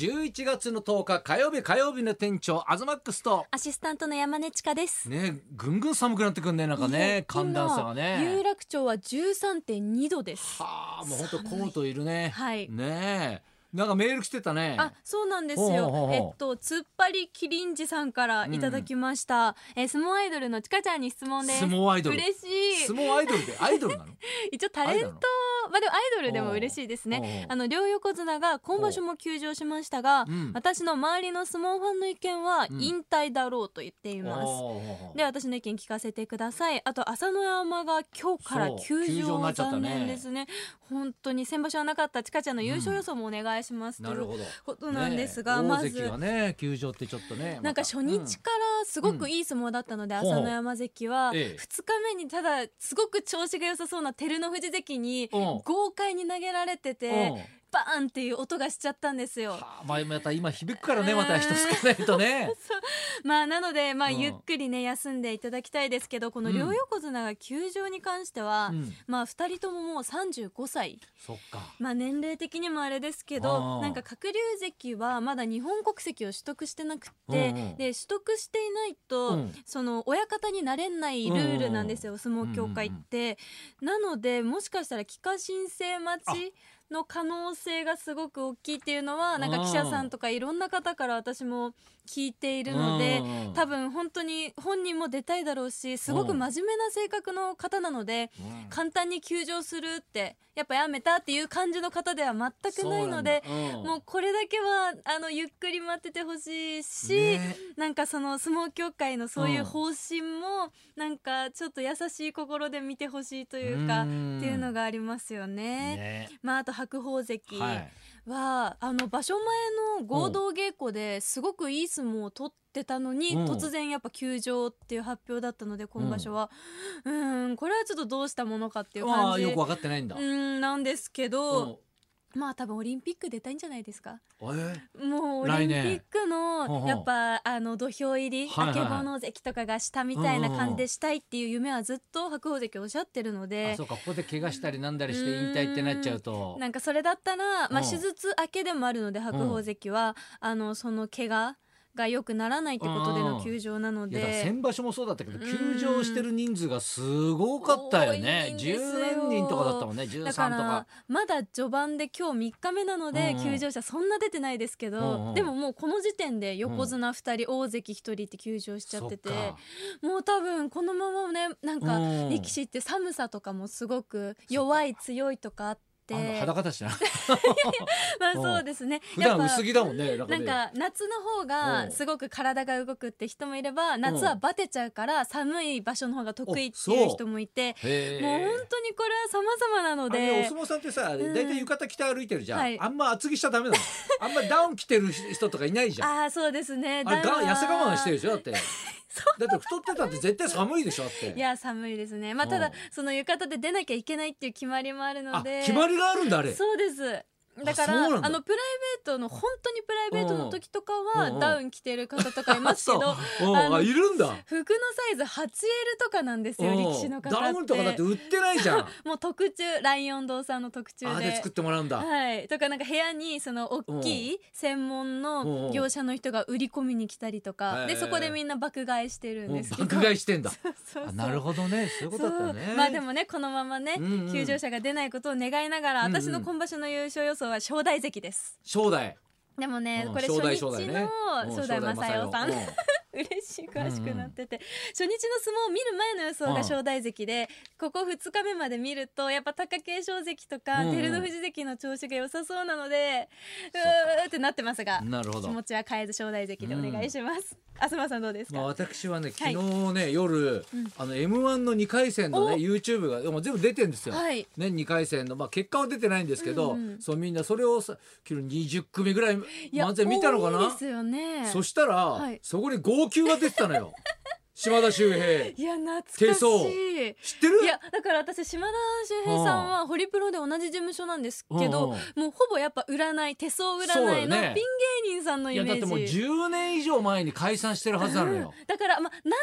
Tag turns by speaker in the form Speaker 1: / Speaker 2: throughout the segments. Speaker 1: 11月の10日火曜日火曜日の店長アズマックスと
Speaker 2: アシスタントの山根千佳です。
Speaker 1: ねぐんぐん寒くなってくんねなんか
Speaker 2: いえ
Speaker 1: ね寒暖差が
Speaker 2: 今有
Speaker 1: ね
Speaker 2: 楽町は13.2度です。
Speaker 1: はあもう本当コートいるね
Speaker 2: はい
Speaker 1: ねえなんかメール来てたね
Speaker 2: あ、そうなんです
Speaker 1: ほうほうほ
Speaker 2: よ
Speaker 1: う。ほう
Speaker 2: えっと、つっぱりきりんじさんからいただきました。えー、相撲アイドルのちかちゃんに質問です。
Speaker 1: 相撲アイドル
Speaker 2: 嬉しい
Speaker 1: 相。撲アイドルでアイドルなの
Speaker 2: 一応タレント、まあ、でもアイドルでも嬉しいです
Speaker 1: おうおう
Speaker 2: ね。あの、両横綱が今場所も休場しましたが
Speaker 1: う、ん
Speaker 2: 私の周りの相撲ファンの意見は
Speaker 1: うん
Speaker 2: 引退だろうと言っていま
Speaker 1: お
Speaker 2: す。
Speaker 1: うおうおう
Speaker 2: で私の意見聞かせてくださいあと朝乃山が今日から
Speaker 1: そう
Speaker 2: 休
Speaker 1: 休場にな
Speaker 2: 場
Speaker 1: っちゃったね
Speaker 2: 残念ですね本当に先場所はなかったちかちゃんの優勝予想もお願いします、
Speaker 1: な
Speaker 2: とい
Speaker 1: る
Speaker 2: う
Speaker 1: ほど
Speaker 2: ことなんですが、
Speaker 1: ね
Speaker 2: ま
Speaker 1: 大関
Speaker 2: ず
Speaker 1: がね球場ってちょっとね
Speaker 2: なんか
Speaker 1: また
Speaker 2: 初日からすごくいい相撲だったので、
Speaker 1: うん
Speaker 2: 朝乃山関は
Speaker 1: ほうええ
Speaker 2: 2日目にただすごく調子が良さそうな照ノ富士関に
Speaker 1: うん
Speaker 2: 豪快に投げられて
Speaker 1: うん
Speaker 2: てバーンっていう音がしちゃったんですよ。
Speaker 1: はあまあまた今響くからねまた人少ないと ね
Speaker 2: まあなのでまあ
Speaker 1: うん
Speaker 2: ゆっくりね休んでいただきたいですけどこの両横綱が休場に関しては、
Speaker 1: うん
Speaker 2: まあ2人とももう35歳、
Speaker 1: そっか
Speaker 2: まあ、年齢的にもあれですけ
Speaker 1: あ
Speaker 2: ど
Speaker 1: ー
Speaker 2: なんか鶴竜関はまだ日本国籍を取得してなくって、
Speaker 1: うんうん
Speaker 2: で取得していないと、
Speaker 1: うん
Speaker 2: その親方になれないルールなんですよ、相撲協会って、なのでもしかしたら帰化申請待ちの可能性がすごく大きいっていうのはなんか記者さんとかいろんな方から私も聞いているので。
Speaker 1: うん
Speaker 2: 多分本当に本人も出たいだろうしすごく真面目な性格の方なので、
Speaker 1: うん
Speaker 2: 簡単に休場するってやっぱやめたっていう感じの方では全くないので
Speaker 1: そうなんだうん
Speaker 2: もうこれだけはあのゆっくり待っててほしいし、
Speaker 1: ね
Speaker 2: なんかその相撲協会のそういううん方針も、なんかちょっと優しい心で見てほしいというか、
Speaker 1: うん
Speaker 2: っていうのがありますよね。
Speaker 1: ね
Speaker 2: まあ、あと白鵬関は、
Speaker 1: はい
Speaker 2: あの場所前の合同稽古ですごくいい相撲を取ってたのに、
Speaker 1: うん
Speaker 2: 突然やっぱ休場っていう発表だったので今場所は、うん、んこれはちょっとどうしたものかっていう
Speaker 1: あ
Speaker 2: 感
Speaker 1: あ
Speaker 2: じ
Speaker 1: よく分かってないんだ。
Speaker 2: うんなんですけ
Speaker 1: う
Speaker 2: ど
Speaker 1: ん、
Speaker 2: まあ多分オリンピック出たいんじゃないですか
Speaker 1: え
Speaker 2: もうオリ
Speaker 1: 来
Speaker 2: ンピ
Speaker 1: 年
Speaker 2: ック
Speaker 1: ほう
Speaker 2: の
Speaker 1: ほう
Speaker 2: やっぱあの土俵入り、
Speaker 1: はいはいはい
Speaker 2: 明けぼの関とかがしたみたいな感じでしたいっていう夢はずっと白鵬関おっしゃってるの
Speaker 1: ー、
Speaker 2: で
Speaker 1: あそうかここで怪我したりなんだりして引退ってなっちゃうと。
Speaker 2: なんかそれだったら、
Speaker 1: う
Speaker 2: まあ、
Speaker 1: ん
Speaker 2: 手術明けでもあるので白鵬関は、あのその怪我が良くならないってことでの休場なの
Speaker 1: いやだから
Speaker 2: で。
Speaker 1: 先場所もそうだったけど
Speaker 2: うん
Speaker 1: 休場してる人数がすごかったよね
Speaker 2: 多いんですよ
Speaker 1: 10何人とかだったもんね13
Speaker 2: だ
Speaker 1: とか
Speaker 2: からまだ序盤で今日3日目なので
Speaker 1: うんうん
Speaker 2: 休場者そんな出てないですけど、
Speaker 1: うんうん
Speaker 2: でももうこの時点で横綱2人、大関1人って休場しちゃってて
Speaker 1: そっか
Speaker 2: もう多分このままねなんか
Speaker 1: うん
Speaker 2: 力士って寒さとかもすごく弱い強いとかあって
Speaker 1: あの裸 だしな
Speaker 2: まあそうですね
Speaker 1: 普
Speaker 2: やっ
Speaker 1: 段
Speaker 2: ぱ
Speaker 1: 薄着だもんねなんか
Speaker 2: なん
Speaker 1: ね
Speaker 2: か夏の方
Speaker 1: おう
Speaker 2: がすごく体が動くって人もいれば夏はバテちゃうから寒い場所の方が得意っていう人もいて
Speaker 1: へー
Speaker 2: もう本当にこれは様々なの
Speaker 1: あれ
Speaker 2: で
Speaker 1: お相撲さんってさ大
Speaker 2: ん
Speaker 1: 体浴衣着て歩いてるじゃん、
Speaker 2: はい
Speaker 1: あんま厚着しちゃダメなのあんまダウン着てる人とかいないじゃん
Speaker 2: ああそうですね
Speaker 1: あれ
Speaker 2: だ
Speaker 1: が
Speaker 2: んだん
Speaker 1: 痩せ我慢してるでしょだってだって太ってたって絶対寒いでしょだって
Speaker 2: いや寒いですねまあ
Speaker 1: うん
Speaker 2: ただその浴衣で出なきゃいけないっていう決まりもあるの
Speaker 1: あ
Speaker 2: で
Speaker 1: 決まりがあるんだあれ
Speaker 2: そうですだか
Speaker 1: あ
Speaker 2: ら
Speaker 1: そうな
Speaker 2: あ
Speaker 1: んだ
Speaker 2: のプライベートの本当にプライベートの時とか
Speaker 1: うんう
Speaker 2: は
Speaker 1: ん
Speaker 2: ダウン着てる方とかいますけ
Speaker 1: そう
Speaker 2: ど
Speaker 1: うん
Speaker 2: あ の
Speaker 1: あいるんだ
Speaker 2: 服のサイズ 8L とかなんですよ
Speaker 1: うん
Speaker 2: 力士の方って
Speaker 1: ダウンとかだって売ってないじゃん
Speaker 2: もう特注ライオン堂さんの特注
Speaker 1: あ
Speaker 2: で。
Speaker 1: で作ってもらうんだ、
Speaker 2: はい、とかなんか部屋にその大きい専門
Speaker 1: うんう
Speaker 2: の
Speaker 1: ん
Speaker 2: 業者の人が売り込みに来たりと
Speaker 1: へ
Speaker 2: か
Speaker 1: ー
Speaker 2: でそこでみんな爆買いしてるん
Speaker 1: う
Speaker 2: で
Speaker 1: ん
Speaker 2: すけど
Speaker 1: 爆買いしてんだ
Speaker 2: そうそう
Speaker 1: あなるほどねそういうことだった
Speaker 2: そ
Speaker 1: ね
Speaker 2: うまあでもねこのままね、
Speaker 1: うんうん
Speaker 2: 休場者が出ないことを願いながら、
Speaker 1: うんうん
Speaker 2: 私の今場所の優勝予想は正代関です
Speaker 1: 正代
Speaker 2: でもね、
Speaker 1: うん
Speaker 2: これ初
Speaker 1: 正代
Speaker 2: 日
Speaker 1: 正代ね
Speaker 2: の
Speaker 1: うん
Speaker 2: 正代正代さ
Speaker 1: 正代正
Speaker 2: ん、
Speaker 1: 代うん
Speaker 2: 嬉しい詳しくなってて、初日の相撲を見る前の予想が正代関で、ここ2日目まで見るとやっぱ貴景勝関とか、
Speaker 1: うんうん
Speaker 2: 照ノ富士関の調子が良さそうなので
Speaker 1: っか
Speaker 2: うーってなってますが
Speaker 1: なるほど
Speaker 2: 気持ちは変えず正代関でお願いします、あすまさんどうですか、
Speaker 1: まあ、私はね昨
Speaker 2: はい
Speaker 1: 日ね、夜、
Speaker 2: うん
Speaker 1: あの M1 の2回戦のね
Speaker 2: お
Speaker 1: YouTube がでも全部出てるんですよ。
Speaker 2: はい
Speaker 1: ね、2回戦の、まあ、結果は出てないんですけど、
Speaker 2: うんうん
Speaker 1: そうみんなそれをさ昨日20組ぐらい
Speaker 2: いや
Speaker 1: 漫才見たのか
Speaker 2: 多い
Speaker 1: な
Speaker 2: ですよね
Speaker 1: そしたら、
Speaker 2: はい
Speaker 1: そこに号泣が出てたの よ島田秀平
Speaker 2: いや懐
Speaker 1: 手
Speaker 2: かし
Speaker 1: 相
Speaker 2: い
Speaker 1: 知ってる
Speaker 2: いやだから私島田秀平さんはホリプロで同じ事務所なんですけど、
Speaker 1: うんうん
Speaker 2: もうほぼやっぱ占い手相占い
Speaker 1: そうだ
Speaker 2: の
Speaker 1: よ
Speaker 2: ピン
Speaker 1: ね
Speaker 2: 芸人ンさんの
Speaker 1: い
Speaker 2: イ
Speaker 1: や
Speaker 2: メ
Speaker 1: だっ
Speaker 2: ー
Speaker 1: てもう
Speaker 2: ジ
Speaker 1: 10年以上前に解散してるはずなの よ。
Speaker 2: だから、まあ、なんとな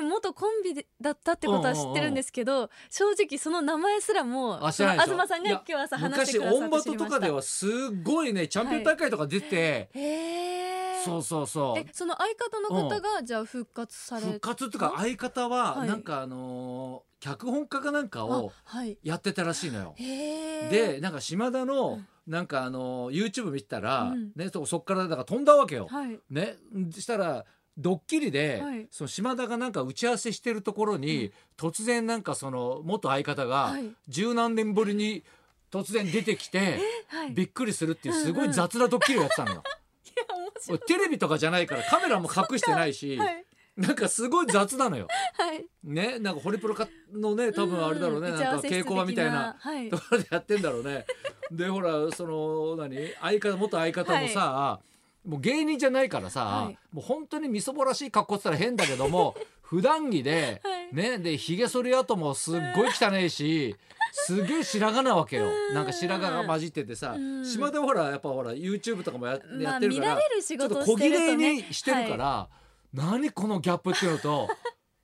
Speaker 2: く元コンビでだったってことは知ってるんですけど、正直その名前すらも
Speaker 1: あ知
Speaker 2: そ
Speaker 1: ら
Speaker 2: の
Speaker 1: ないでしょ
Speaker 2: 東さんが今日朝話して
Speaker 1: 昔
Speaker 2: くださって
Speaker 1: オンバトとかではすごいねチャンピオン大会とか出て、
Speaker 2: 知りましたへー
Speaker 1: そうそうそう
Speaker 2: えその相方の方が、じゃあ復活され
Speaker 1: 復活とか相方は
Speaker 2: はい
Speaker 1: なんかあのー脚本家かなんかを
Speaker 2: あはい
Speaker 1: やってたらしいのよ。
Speaker 2: へー
Speaker 1: でなんか島田
Speaker 2: う
Speaker 1: の
Speaker 2: ん
Speaker 1: なんかあのー YouTube 見てたら、
Speaker 2: うん
Speaker 1: ね、そそっからだから飛んだわけよ。
Speaker 2: はい
Speaker 1: ね、したらドッキリで、
Speaker 2: はい
Speaker 1: その島田がなんか打ち合わせしてるところに、突然なんかその元相方が
Speaker 2: はい
Speaker 1: 十何年ぶりに突然出てきて、
Speaker 2: はい
Speaker 1: びっくりするっていうすご
Speaker 2: うんう
Speaker 1: い
Speaker 2: ん
Speaker 1: 雑なドッキリをやってたの よ。
Speaker 2: いや面白い
Speaker 1: テレビとかじゃないからカメラも隠してないし、
Speaker 2: はい
Speaker 1: なんかすごい雑なのよ。
Speaker 2: はい
Speaker 1: ね、なんかホリプロかのね多分あれだろうね、
Speaker 2: ん
Speaker 1: なんか稽古場みたいな。
Speaker 2: はい
Speaker 1: ところでやってんだろうね。でほらその何相方元相方もさ、もう芸人じゃないからさ、
Speaker 2: はい
Speaker 1: もう本当にみそぼらしい格好って言ったら変だけど も普段着で、
Speaker 2: はい
Speaker 1: ねでひげ剃り跡もすっごい汚いし。すげえ白髪なわけよ
Speaker 2: うん
Speaker 1: なんか白髪が混じっててさ
Speaker 2: うん
Speaker 1: 島田はほらやっぱほら YouTube とかもや,、
Speaker 2: ま
Speaker 1: や
Speaker 2: あ
Speaker 1: ってる
Speaker 2: 見
Speaker 1: からら
Speaker 2: れる仕
Speaker 1: ちょっと
Speaker 2: 事を
Speaker 1: 小
Speaker 2: して
Speaker 1: 切
Speaker 2: ると
Speaker 1: れ
Speaker 2: ね
Speaker 1: にしてるから、何このギャップっていうのと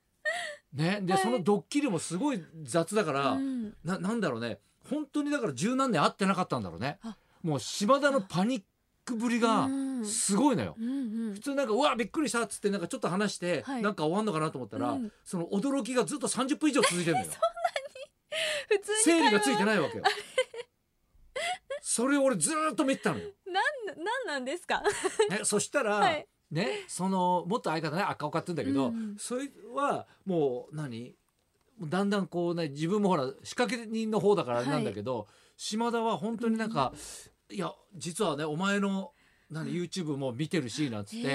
Speaker 1: ねで、
Speaker 2: はい
Speaker 1: そのドッキリもすごい雑だから、
Speaker 2: はいうん
Speaker 1: ななんだろうね本当にだから十何年会ってなかったんだろうね
Speaker 2: あ
Speaker 1: もう島田のパニックぶりが
Speaker 2: うん
Speaker 1: すごいのよ、
Speaker 2: うんうん
Speaker 1: 普通なんか「うわびっくりした」っつってなんかちょっと話して、
Speaker 2: はい
Speaker 1: なんか終わんのかなと思ったら、
Speaker 2: うん
Speaker 1: その驚きがずっと30分以上続いてるのよ
Speaker 2: 普通に
Speaker 1: 整理
Speaker 2: 会
Speaker 1: が
Speaker 2: 話
Speaker 1: ついてないわけよそれを俺ずーっと見てたのよ、
Speaker 2: なんなんなんですか
Speaker 1: ね、そしたら、
Speaker 2: はい
Speaker 1: ねそのもっと相方ね赤岡って言うんだけど、
Speaker 2: うん
Speaker 1: それはもう何だんだんこうね自分もほら仕掛け人の方だからあれなんだけど、島田は本当になんか、いや実はねお前の何 YouTube も見てるしなんつっ
Speaker 2: へ
Speaker 1: て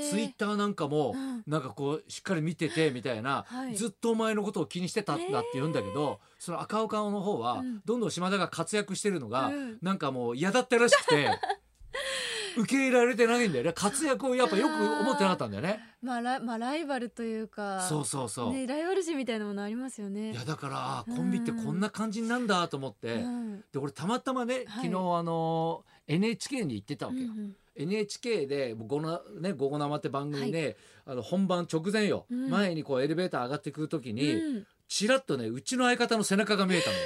Speaker 2: ー
Speaker 1: ツイッターなんかも
Speaker 2: うん
Speaker 1: なんかこうしっかり見ててみたいな、
Speaker 2: はい
Speaker 1: ずっとお前のことを気にしてたんだって言うんだけど、その赤岡の方は
Speaker 2: うん
Speaker 1: どんどん島田が活躍してるのが、
Speaker 2: うん
Speaker 1: なんかもう嫌だったらしく て受け入れられてないんだよね活躍をやっぱよく思ってなかったんだよね。
Speaker 2: まあラまあライバルというか
Speaker 1: そうそうそう、
Speaker 2: ねライバル心みたいなものありますよね
Speaker 1: いやだからあーコンビってこんな感じなんだと思って、
Speaker 2: うん
Speaker 1: で俺たまたまね
Speaker 2: は
Speaker 1: 昨日、
Speaker 2: い
Speaker 1: あのー NHK に行ってたわ
Speaker 2: う
Speaker 1: けよ、
Speaker 2: ん
Speaker 1: NHK で「午後なね、午後生」って番組ね、あの本番直前よ、
Speaker 2: うん
Speaker 1: 前にこうエレベーター上がってくる時
Speaker 2: うん
Speaker 1: に、
Speaker 2: うん
Speaker 1: ちらっとねうちの相方の背中が見えたのよ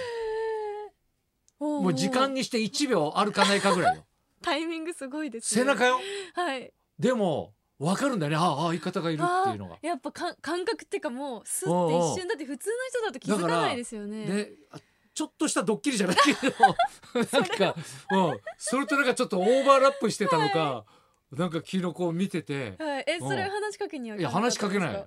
Speaker 2: おー
Speaker 1: もう時間にして1秒あるかないかぐらいよ
Speaker 2: タイミングすごい ですね
Speaker 1: 背中よ
Speaker 2: はい
Speaker 1: でも分かるんだよねあーあー相方がいるっていうのが。
Speaker 2: やっぱか感覚っていうかもうス
Speaker 1: お
Speaker 2: ッ
Speaker 1: う
Speaker 2: て
Speaker 1: おう
Speaker 2: 一瞬だって普通の人だと気づかないですよね
Speaker 1: ね、あちょっとしたドッキリじゃないけ どなんか、うん、それとなんかちょっとオーバーラップしてたのか、なんかキノコを見てて
Speaker 2: はい、え
Speaker 1: うん
Speaker 2: それ話しかけにはい
Speaker 1: や話しかけない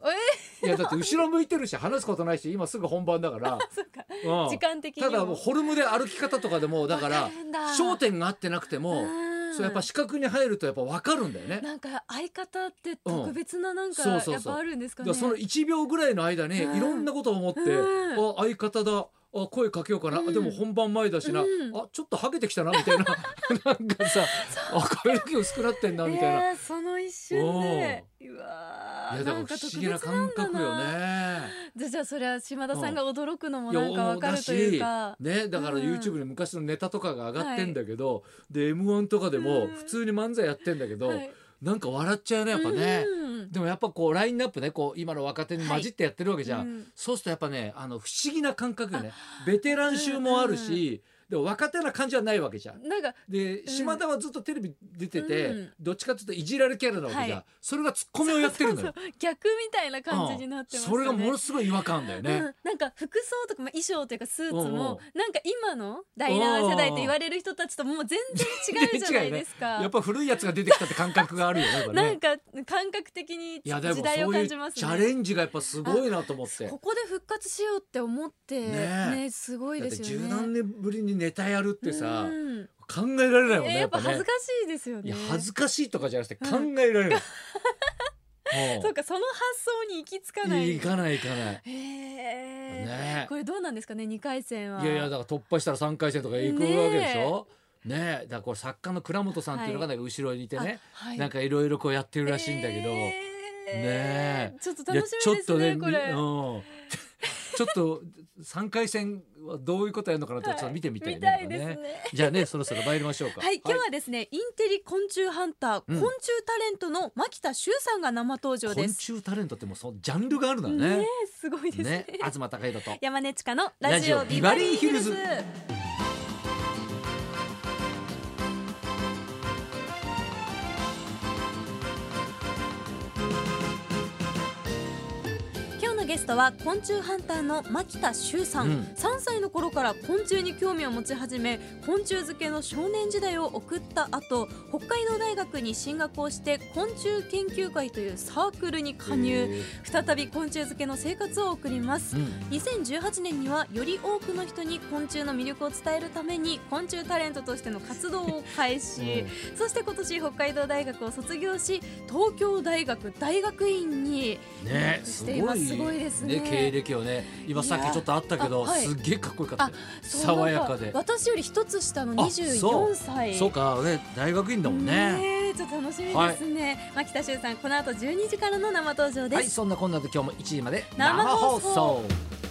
Speaker 2: え
Speaker 1: いやだって後ろ向いてるし話すことないし今すぐ本番だ から、
Speaker 2: そっか
Speaker 1: うん
Speaker 2: 時間的に
Speaker 1: た
Speaker 2: も
Speaker 1: だもうホルムで歩き方とかでもだから
Speaker 2: わかるんだ
Speaker 1: 焦点が合ってなくても、
Speaker 2: うん
Speaker 1: そうやっぱ視覚に入るとやっぱ分かるんだよね。
Speaker 2: なんか相方って特別ななんか
Speaker 1: うんそ
Speaker 2: や
Speaker 1: うそう
Speaker 2: っ
Speaker 1: そう
Speaker 2: ぱあるんですか
Speaker 1: だ
Speaker 2: ね、
Speaker 1: からその1秒ぐらいの間にい
Speaker 2: うん
Speaker 1: ろんなことを思って、
Speaker 2: うん
Speaker 1: あ相方だあ声かけようかな、あ
Speaker 2: うん
Speaker 1: でも本番前だしな、
Speaker 2: うん
Speaker 1: あちょっとハゲてきたなみた いななんかさあ髪の毛薄くなってんなみたいな、
Speaker 2: えーその一瞬でうわー
Speaker 1: いやだか
Speaker 2: な
Speaker 1: ら
Speaker 2: ん
Speaker 1: 不
Speaker 2: か特
Speaker 1: 思
Speaker 2: 別
Speaker 1: 議
Speaker 2: な
Speaker 1: なん
Speaker 2: だな
Speaker 1: 感覚よね。
Speaker 2: じゃあじゃあそれは島田さんが驚くのも
Speaker 1: いや
Speaker 2: なんかわかるというか、
Speaker 1: ね、だから
Speaker 2: うん
Speaker 1: YouTube に昔のネタとかが上がってんだけど、で m 1とかでも
Speaker 2: うん
Speaker 1: 普通に漫才やってんだけど、
Speaker 2: はい
Speaker 1: なんか笑っちゃうねやっぱね。
Speaker 2: うん
Speaker 1: でもやっぱこうラインナップねこう今の若手に混じってやってるわけじゃん、
Speaker 2: はいうん
Speaker 1: そうするとやっぱねあの不思議な感覚よねベテラン臭もあるし、でも若手な感じはないわけじゃん。
Speaker 2: なんか
Speaker 1: で島田はずっとテレビ出てて、
Speaker 2: うん
Speaker 1: どっちかというといじられキャラなわけじゃん、
Speaker 2: はい
Speaker 1: それがツッコミをやってるのよ。
Speaker 2: そうそう逆みたいな感じになってましたね、
Speaker 1: うんそれがものすごい違和感だよね。
Speaker 2: うん、なんか服装とか、まあ、衣装というかスーツも
Speaker 1: うんうん
Speaker 2: なんか今の第7世代と言われる人たちともう全然違うじゃないですか。
Speaker 1: やっぱ古いやつが出てきたって感覚があるよね。これね
Speaker 2: なんか感覚的に
Speaker 1: いやでも
Speaker 2: 時代
Speaker 1: そう
Speaker 2: を
Speaker 1: い
Speaker 2: 感
Speaker 1: う
Speaker 2: じ
Speaker 1: チ
Speaker 2: ます
Speaker 1: ャレンジがやっぱすごいなと思って。
Speaker 2: ここで復活しようって思って
Speaker 1: ね
Speaker 2: ね
Speaker 1: え
Speaker 2: すごい
Speaker 1: だっ
Speaker 2: で
Speaker 1: て
Speaker 2: すよ
Speaker 1: 十
Speaker 2: ね。
Speaker 1: 何年ぶりにネタやるってさ、
Speaker 2: うん
Speaker 1: 考えられないもん
Speaker 2: え
Speaker 1: ね。
Speaker 2: やっぱ
Speaker 1: ね
Speaker 2: 恥ずかしいですよ
Speaker 1: い
Speaker 2: ね。
Speaker 1: や恥ずかしいとかじゃなくて考え られない。も
Speaker 2: そうかその発想に行き着か
Speaker 1: う
Speaker 2: ない。
Speaker 1: いかないいかない。
Speaker 2: へえ、
Speaker 1: ねえ
Speaker 2: これどうなんですかね二回戦は。
Speaker 1: いやいやだから突破したら三回戦とか行くわけでしょ。ねえだからこれ作家の倉本さんっていうのがなんか後ろにいてね、
Speaker 2: あはい
Speaker 1: なんかいろいろこうやってるらしいんだけど。
Speaker 2: えー
Speaker 1: ねえ
Speaker 2: ちょっと
Speaker 1: いや
Speaker 2: 楽しみですね
Speaker 1: み
Speaker 2: これ。
Speaker 1: うん ちょっと3回戦はどういうことやるのかなとちょっと見てみたいね。
Speaker 2: 見たいで
Speaker 1: な
Speaker 2: す
Speaker 1: んかね
Speaker 2: ね。
Speaker 1: じゃあねそろそろ参りましょうか。
Speaker 2: はい、今日はですね、インテリ昆虫ハンター、
Speaker 1: うん
Speaker 2: 昆虫タレントの牧田修さんが生登場
Speaker 1: 昆
Speaker 2: です。
Speaker 1: 虫タレントってもうそのジャンルがあるんだね。
Speaker 2: ねえすごい ですね。
Speaker 1: ね東貴弘と。
Speaker 2: 山根千佳のラジオ
Speaker 1: ラジオ
Speaker 2: ビバリーヒルズ
Speaker 1: ビバリーヒル
Speaker 2: 今日のゲストは昆虫ハンターの牧田修さん、
Speaker 1: うん
Speaker 2: 3歳の頃から昆虫に興味を持ち始め昆虫漬けの少年時代を送った後北海道大学に進学をして昆虫研究会というサークルに加入
Speaker 1: へえ
Speaker 2: 再び昆虫漬けの生活を送ります
Speaker 1: うん
Speaker 2: 2018年にはより多くの人に昆虫の魅力を伝えるために昆虫タレントとしての活動を開始、そして今年北海道大学を卒業し東京大学大学院に
Speaker 1: ね
Speaker 2: し
Speaker 1: す
Speaker 2: てい
Speaker 1: ご
Speaker 2: ます
Speaker 1: い
Speaker 2: すごいですね
Speaker 1: 経歴をね今さっきちょっとあったけど
Speaker 2: いやあはい
Speaker 1: すっげえかっこよかったよ
Speaker 2: そう
Speaker 1: 爽やかで
Speaker 2: なん私より一つ下の
Speaker 1: あそう
Speaker 2: 24歳
Speaker 1: そうかね大学院だもんね
Speaker 2: ねえちょっと楽しみですね、牧田修さんこの後12時からの生登場です、
Speaker 1: はいそんなこんなで今日も1時まで
Speaker 2: 生放送
Speaker 1: 生放送